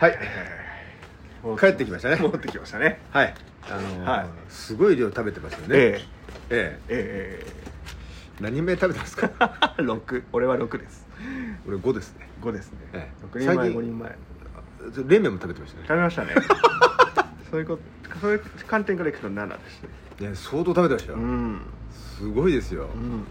はいもう帰ってきましたね戻ってきましたねはいあのーはいすごい量食べてますよねえええええ何名食べたんですか え 六俺は六です俺5ですね五ですね、ええ六人最前近五人前冷麺も食べてましたね食べました ねそういうことそういう観点からいくと七ですねいや相当食べてましたよ、うん、すごいですよ、うん、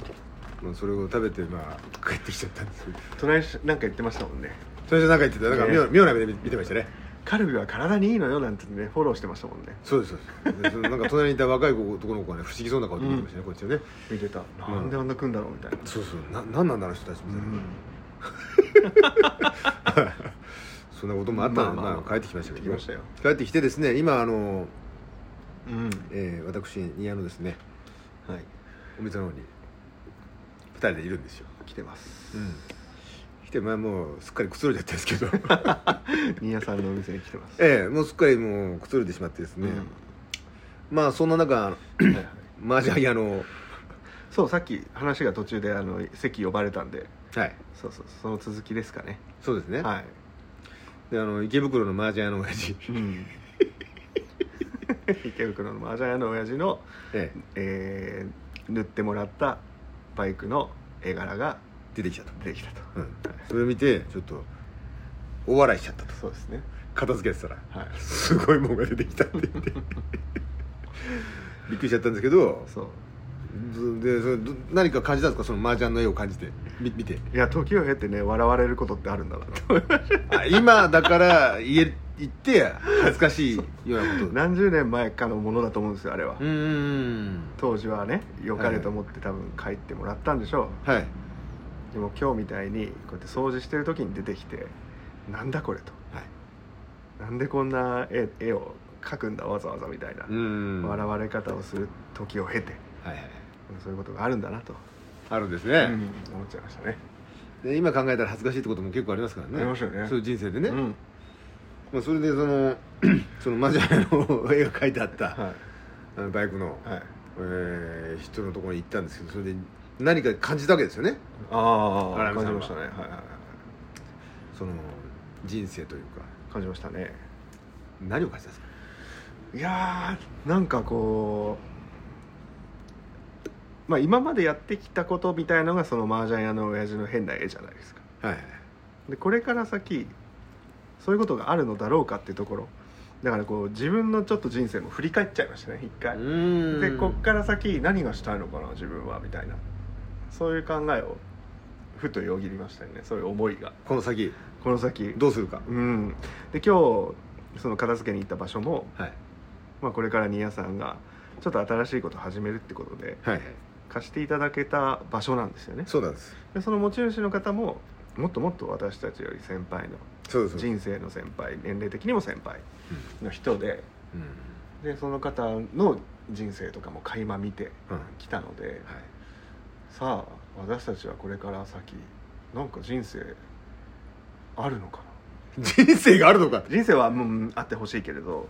まあ、それを食べてまあ帰ってきちゃったんですけど隣しなんか言ってましたもんねそれじゃなんか言ってたなんか妙,、ね妙な目で見見てましたねカルビは体にいいのよなんてねフォローしてましたもんねそうですそうですでそのなんか隣にいた若い子男の子がね不思議そうな顔で見てましたね、こっちをね見てたなんであんな来んだろうみたいな、そうそうななんなんだあの人たちみたいな、そんなこともあったので、ままああまあ帰ってきましたけど帰ってきましたよ帰ってきてですね今あの、うん、うんえー、私ニアのですねはいお店の方に2人でいるんですよ、来てますうん、来てまあもうすっかりくつろいじゃったんですけ ど新谷さんのお店に来てますええもうすっかりもうくつろいでしまってですね、まあそんな中うんはいはいマジャギアのそうさっき話が途中であの席呼ばれたんではいそうそうその続きですかねそうですね、はい、であの池袋のマージャン屋の親父、うん、池袋の麻雀屋の親父の、ええ、えー塗ってもらったバイクの絵柄が出てきちゃった、できたと、うん、それを見てちょっと大笑いしちゃったとそうですね片付けてたらはいすごいもんが出てきたって言ってびっくりしちゃったんですけどそうずでそれど何か感じたんですかその麻雀の絵を感じてみ見ていや時を経てね笑われることってあるんだなとあ今だから言え言って恥ずかしいようなこと何十年前かのものだと思うんですよあれは、うーん当時はね良かれと思って多分帰ってもらったんでしょう、はいでも今日みたいにこうやって掃除してる時に出てきてなんだこれとはいなんでこんな絵絵を描くんだわざわざみたいな、うーん笑はわれ方をする時を経ていはいそういうことがあるんだなと、あるんですうね、ん思っちゃいましたねで今考えたら恥ずかしいってことも結構ありますからねありますよねそういう人生でね、うんまあ、それでその そのマジャの絵が描いてあったはあのバイクの、い、はい、えー人のところに行ったんですけどそれで何か感じたわけですよねあ荒あ波さ感じんはましたねはいはいはいその人生というか感じましたね何を感じたんですかいやーなんかこうまあ今までやってきたことみたいのがその麻雀屋の親父の変な絵じゃないですかはいはいでこれから先そういうことがあるのだろうかっていうところだからこう自分のちょっと人生も振り返っちゃいましたね一回ーんでこっから先何がしたいのかな自分はみたいなそういう考えをふとよぎりましたよねそういう思いがこの先この先どうするかうんで今日その片付けに行った場所もはいまあ、これから新谷さんがちょっと新しいことを始めるってことではい貸していただけた場所なんですよねそうなんですでその持ち主の方ももっともっと私たちより先輩のそうですそうです人生の先輩年齢的にも先輩の人でうんでその方の人生とかも垣間見てうんきたのではいさあ私たちはこれから先なんか人生あるのかな人生があるのか人生はもうあってほしいけれど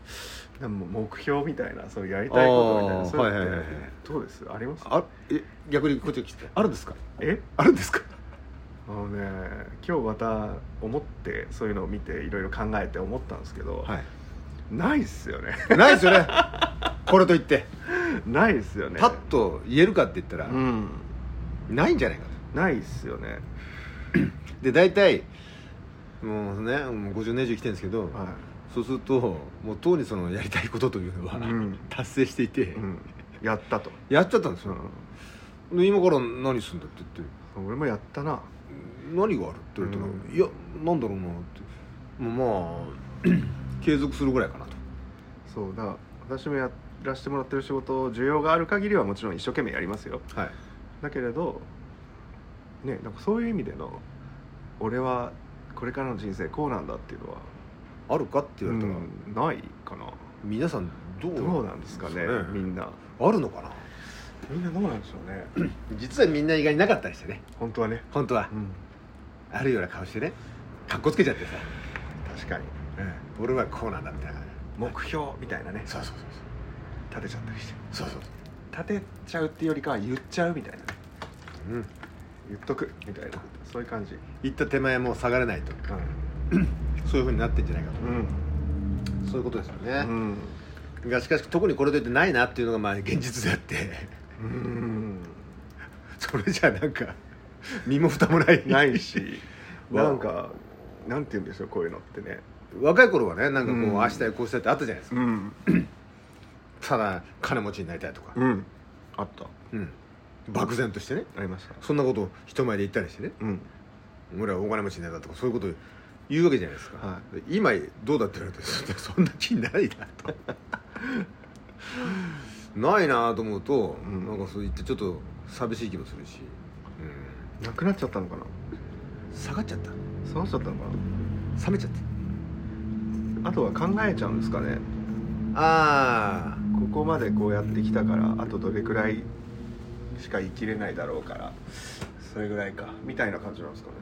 なんかもう目標みたいなそういうやりたいことみたいあなーそういうのっはいはて、いはいはいどうですありますあえ逆にこっちが来てあるんですかえあるんですかあのね今日また思ってそういうのを見ていろいろ考えて思ったんですけど、はいないっすよね ないですよねこれといってないっすよねパッと言えるかって言ったらうんないんじゃないかないっすよねとで大体もうねもう50年以上生きてるんですけどはそうするともうとうにそのやりたいことというのはうん達成していてい、うん、やったと、やっちゃったんですうよんで今から何するんだって言って俺もやったな何があるって言われたら、うんいやなんだろうなってもうま あ継続するぐらいかなとそうだから私もやらせてもらってる仕事需要がある限りはもちろん一生懸命やりますよはいだけれどねなんかそういう意味での俺はこれからの人生こうなんだっていうのは、あるかって言われたら、うんないかな皆さんどうどうなんですかねみんなあるのかなみんなどうなんでしょうね実はみんな意外になかったりしてね本当はね本当はうんあるような顔してねかっこつけちゃってさ、確かに俺はこうなんだみたいな目標みたいなねそうそう立てちゃったりしてそうそうそう立てちゃうっていうよりかは言っちゃうみたいなねそう、うん、言っとくみたいなそういう感じ、行った手前もう下がれないとうん、そういうふうになってんじゃないかとうんそういうことですようね、んがしかし特にこれといってないなっていうのがまあ現実であってうんそれじゃなんか身も蓋もないない しななんかなんて言うんでしょうこういうのってね若い頃はねなんかこう、うんああしたいこうしたいってあったじゃないですかうんただ金持ちになりたいとか、うんあったうん漠然としてねありましたそんなことを人前で言ったりしてねうん俺はお金持ちになったとかそういうことを言うわけじゃないですか、はで今どうだって言われてそそんな気ないなとないなと思うと、うんなんかそう言ってちょっと寂しい気もするし、なくなっちゃったのかなうん、下がっちゃったそうなっちゃったのか冷めちゃっなあとは考えちゃうんですかねたああここまでこうやってきたからあとどれくらいしか生きれないだろうからそれぐらいかみたいな感じなんですかね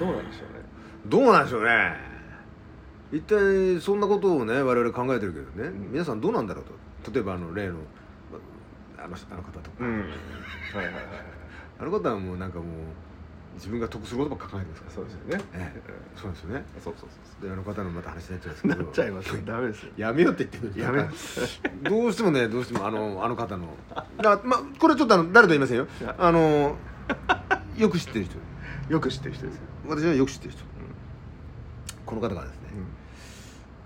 どうなんでしょうねどうなんでしょうね一体そんなことをね我々考えてるけどね、ん皆さんどうなんだろうと例えばあの例のああのあの方とか、うんはいはいはいあの方はもうなんかもう自分が得することばっか考えてますからそうですよ ねええそうなんですよねそうそうそうであの方のまた話になっちゃうんですけそうなどっちゃいますよダメですよやめようって言ってるのにやめますどうしてもねどうしてもあのあの方のだまあこれちょっとあの誰とは言いませんよいやあのよく知ってる人よく知ってる人ですよ、私はよく知ってる人、この方がですね、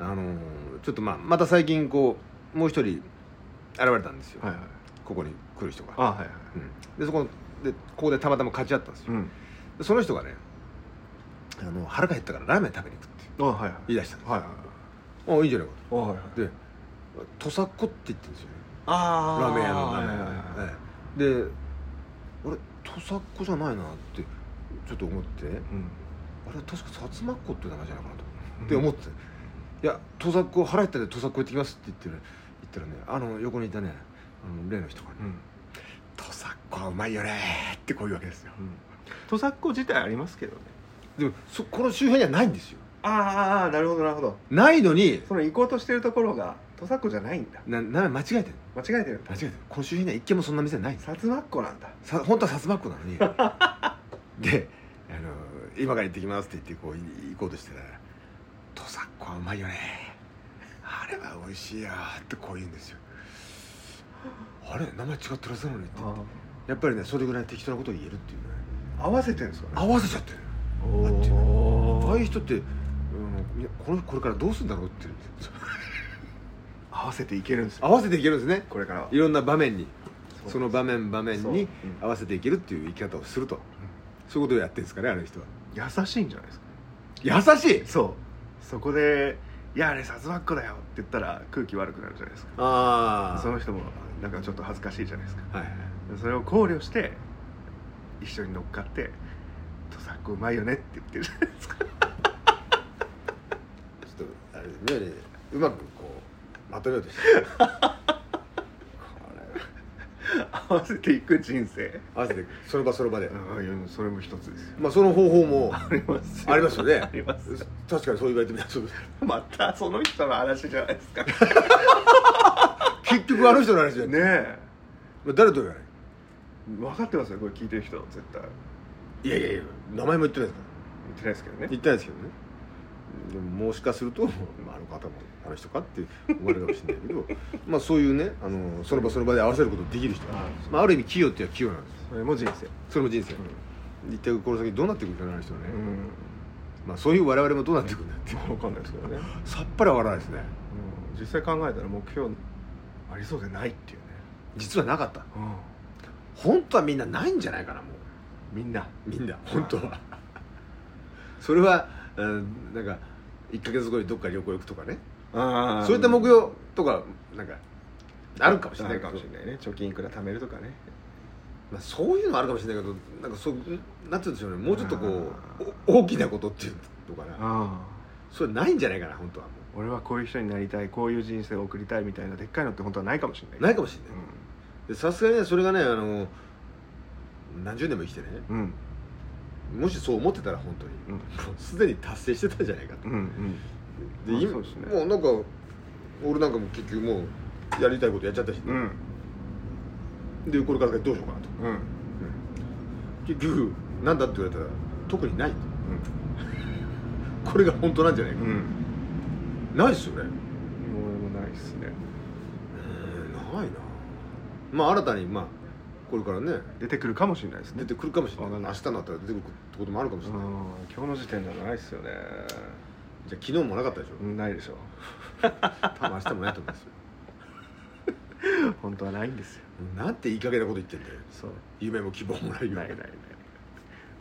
あのちょっとまあまた最近こうもう一人現れたんですよ、はいはいここに来る人が、あはいはいうんでそこでここでたまたま勝ち合ったんですよ、んでその人がねあの腹が減ったからラーメン食べに行くってあはいはい言い出したんですはいはいあいいんじゃないかあはいはいとで土佐っ子って言ってるんですよねあラーメン屋の名前、はいはいはいええであれ土佐っ子じゃないなってちょっと思ってあれ確か薩摩っ子って名前じゃないかなとうんって思って、いや土佐っ子腹減ったんで土佐っ子行ってきますって言ってる言ったらねあの横にいたねあの例の人がねうん「土佐っ子はうまいよね」ってこう言うわけですようん土佐っ子自体ありますけどねでもそこの周辺にはないんですよああなるほどなるほどないのにその行こうとしてるところが土佐っ子じゃないんだな名前間違えてる間違えてるんだ間違えてるこの周辺には一軒もそんな店ないんです薩摩っ子なんださ本当は薩摩っ子な のにであの「今から行ってきます」って言ってこうい行こうとしてたら「土佐っ子はうまいよねあれは美味しいよ」ってこう言うんですよあれ名前違ってらっしゃるのにってやっぱりねそれぐらい適当なことを言えるっていうね合わせてるんですかね合わせちゃってるお合ってるああーいう人って、うん、いやこのこれからどうするんだろうってそう合わせていけるんですよ合わせていけるんですねこれからはいろんな場面にそうその場面場面にそううん合わせていけるっていう生き方をすると、そういうことをやってるんですかねあの人は優しいんじゃないですか優しいそうそこで「いやあれ薩摩っ子だよ」って言ったら空気悪くなるじゃないですかあその人もなんかちょっと恥ずかしいじゃないですかはいそれを考慮して一緒に乗っかって「土佐っ子うまいよね」って言ってるじゃないですか ちょっとあれですねうまくこうまとめようとしてこれは合わせていく人生合わせてその場その場で、うんそれも一つですよまあその方法もありますありますよねあります確かにそう言われてみたらそう またその人の話じゃないですかね結局あの人の話だよねえまあ誰と言わない分かってますよこれ聞いてる人絶対言っいやいやいや名前も言ってないですからてないですけどね言ってないですけどねでももしかすると、まあ、あの方もあの人かって思われるかもしれないけど まあそういうねあのその場その場で合わせることできる人、はいまあ、ある意味器用っていうのは器用なんですよそれも人生それも人生、一体この先どうなっていくかなあの人はね、うんまあ、そういう我々もどうなっていくんだっていう分かんないですけどね、さっぱりわからないですねうん、実際考えたら目標ありそうでないっていうね、実はなかった本当はみんなないんじゃないかなもみんなうみんな本当は それは、うん、なんか1か月後にどっか旅行行くとかねあそういった目標とかなんかあるかもしれないけどかもしれないね貯金いくら貯めるとかねまあ、そういうのはあるかもしれないけどなんかそうなんて言うんでしょうねもうちょっとこうお大きなことっていうのかなあそれないんじゃないかな本当はも俺はこういう人になりたいこういう人生を送りたいみたいなでっかいのって本当はないかもしれないうないかもしれないでさすがにねそれがねあの何十年も生きてねうんうんもしそう思ってたら本当にうんもうすでに達成してたんじゃないかとうんうでんまあ今そうですねもうなんか俺なんかもう結局もうやりたいことやっちゃったし、うんでこれからどうしようかなとうん結局なんだって言われたら特にないとこれが本当なんじゃないかう、んないっすよね俺もないっすねうんないなまあ新たにまあこれからね出てくるかもしれないですね出てくるかもしれないわかんな明い日になったら出てくるってこともあるかもしうんれない今日の時点ではないっすよねじゃあ昨日もなかった でしょうんないでしょ多分明日もないと思うんですよ本当はないんですよなんていい加減なこと言ってんだよそう夢も希望もないよないないない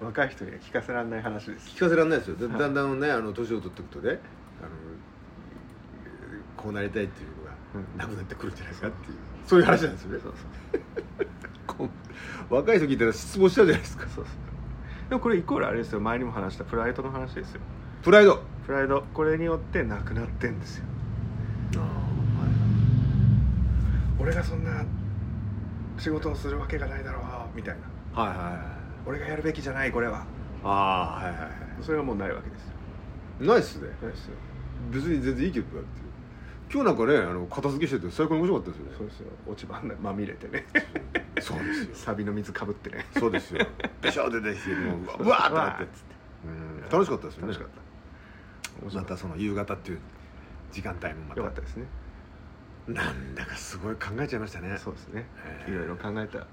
若い人には聞かせられない話です聞かせられないですよだはいだんだんねあの年を取っていくとねあのえーこうなりたいっていうのがうんなくなってくるんじゃないかっていうそういう話なんですよねそうそうこう若い人聞いたら失望しちゃうじゃないですかそうそうでもこれイコールあれですよ前にも話したプライドの話ですよプライドプライドこれによってなくなってんですよ俺がそんな仕事をするわけがないだろうみたいなはいはいはい俺がやるべきじゃないこれはああはいはいはそれがもうないわけですよいないっすねないですよ別に全然いいけどだって今日なんかねあの片付けしてて最高に面白かったですそようねですよ落ち葉まみれてねそうですよサビの水かぶってねそうです よでしょ出てきてもううわうわーってなってうわーっつってうん楽しかったですよね楽しかった面白まかったその夕方っていう時間帯もまたよかったですねなんだかすごい考えちゃいましたねそうですねえーいろいろ考えた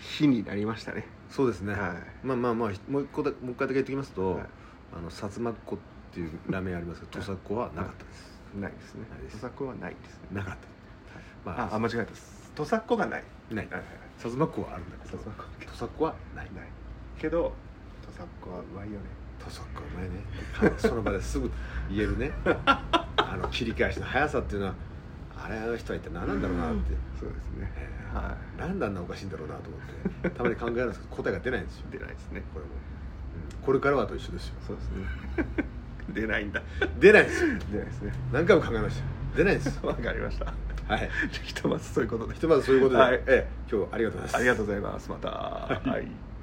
日になりましたねそうですね、はまあまあまあひもう一個だもう一回だけ言っておきますと、はいあの薩摩っ子っていうラーメンありますけど土佐っ子はなかったです、ないですねないです土佐っ子はないですねなかったまあああ間違えた土佐っ子がないないはい薩はいはい摩っ子はあるんだけ土ど佐っ子土佐っ子はないないけど土佐っ子はうまいよね土佐っ子はないねあのその場ですぐ言えるね あの切り返しの速さっていうのはあれあの人は一体何なんだろうなって、そうですねえーはなんであんなおかしいんだろうなと思ってたまに考えるんですけど答えが出ないんですよい出ないですねこれも、これからはと一緒ですよそうですね 出ないんだ出ないですよ出ないですね何回も考えましたよ出ないですよ わかりました はいじゃあひとまずそういうことでひとまずそういうことで、はいええ今日はありがとうございます ありがとうございますまたはい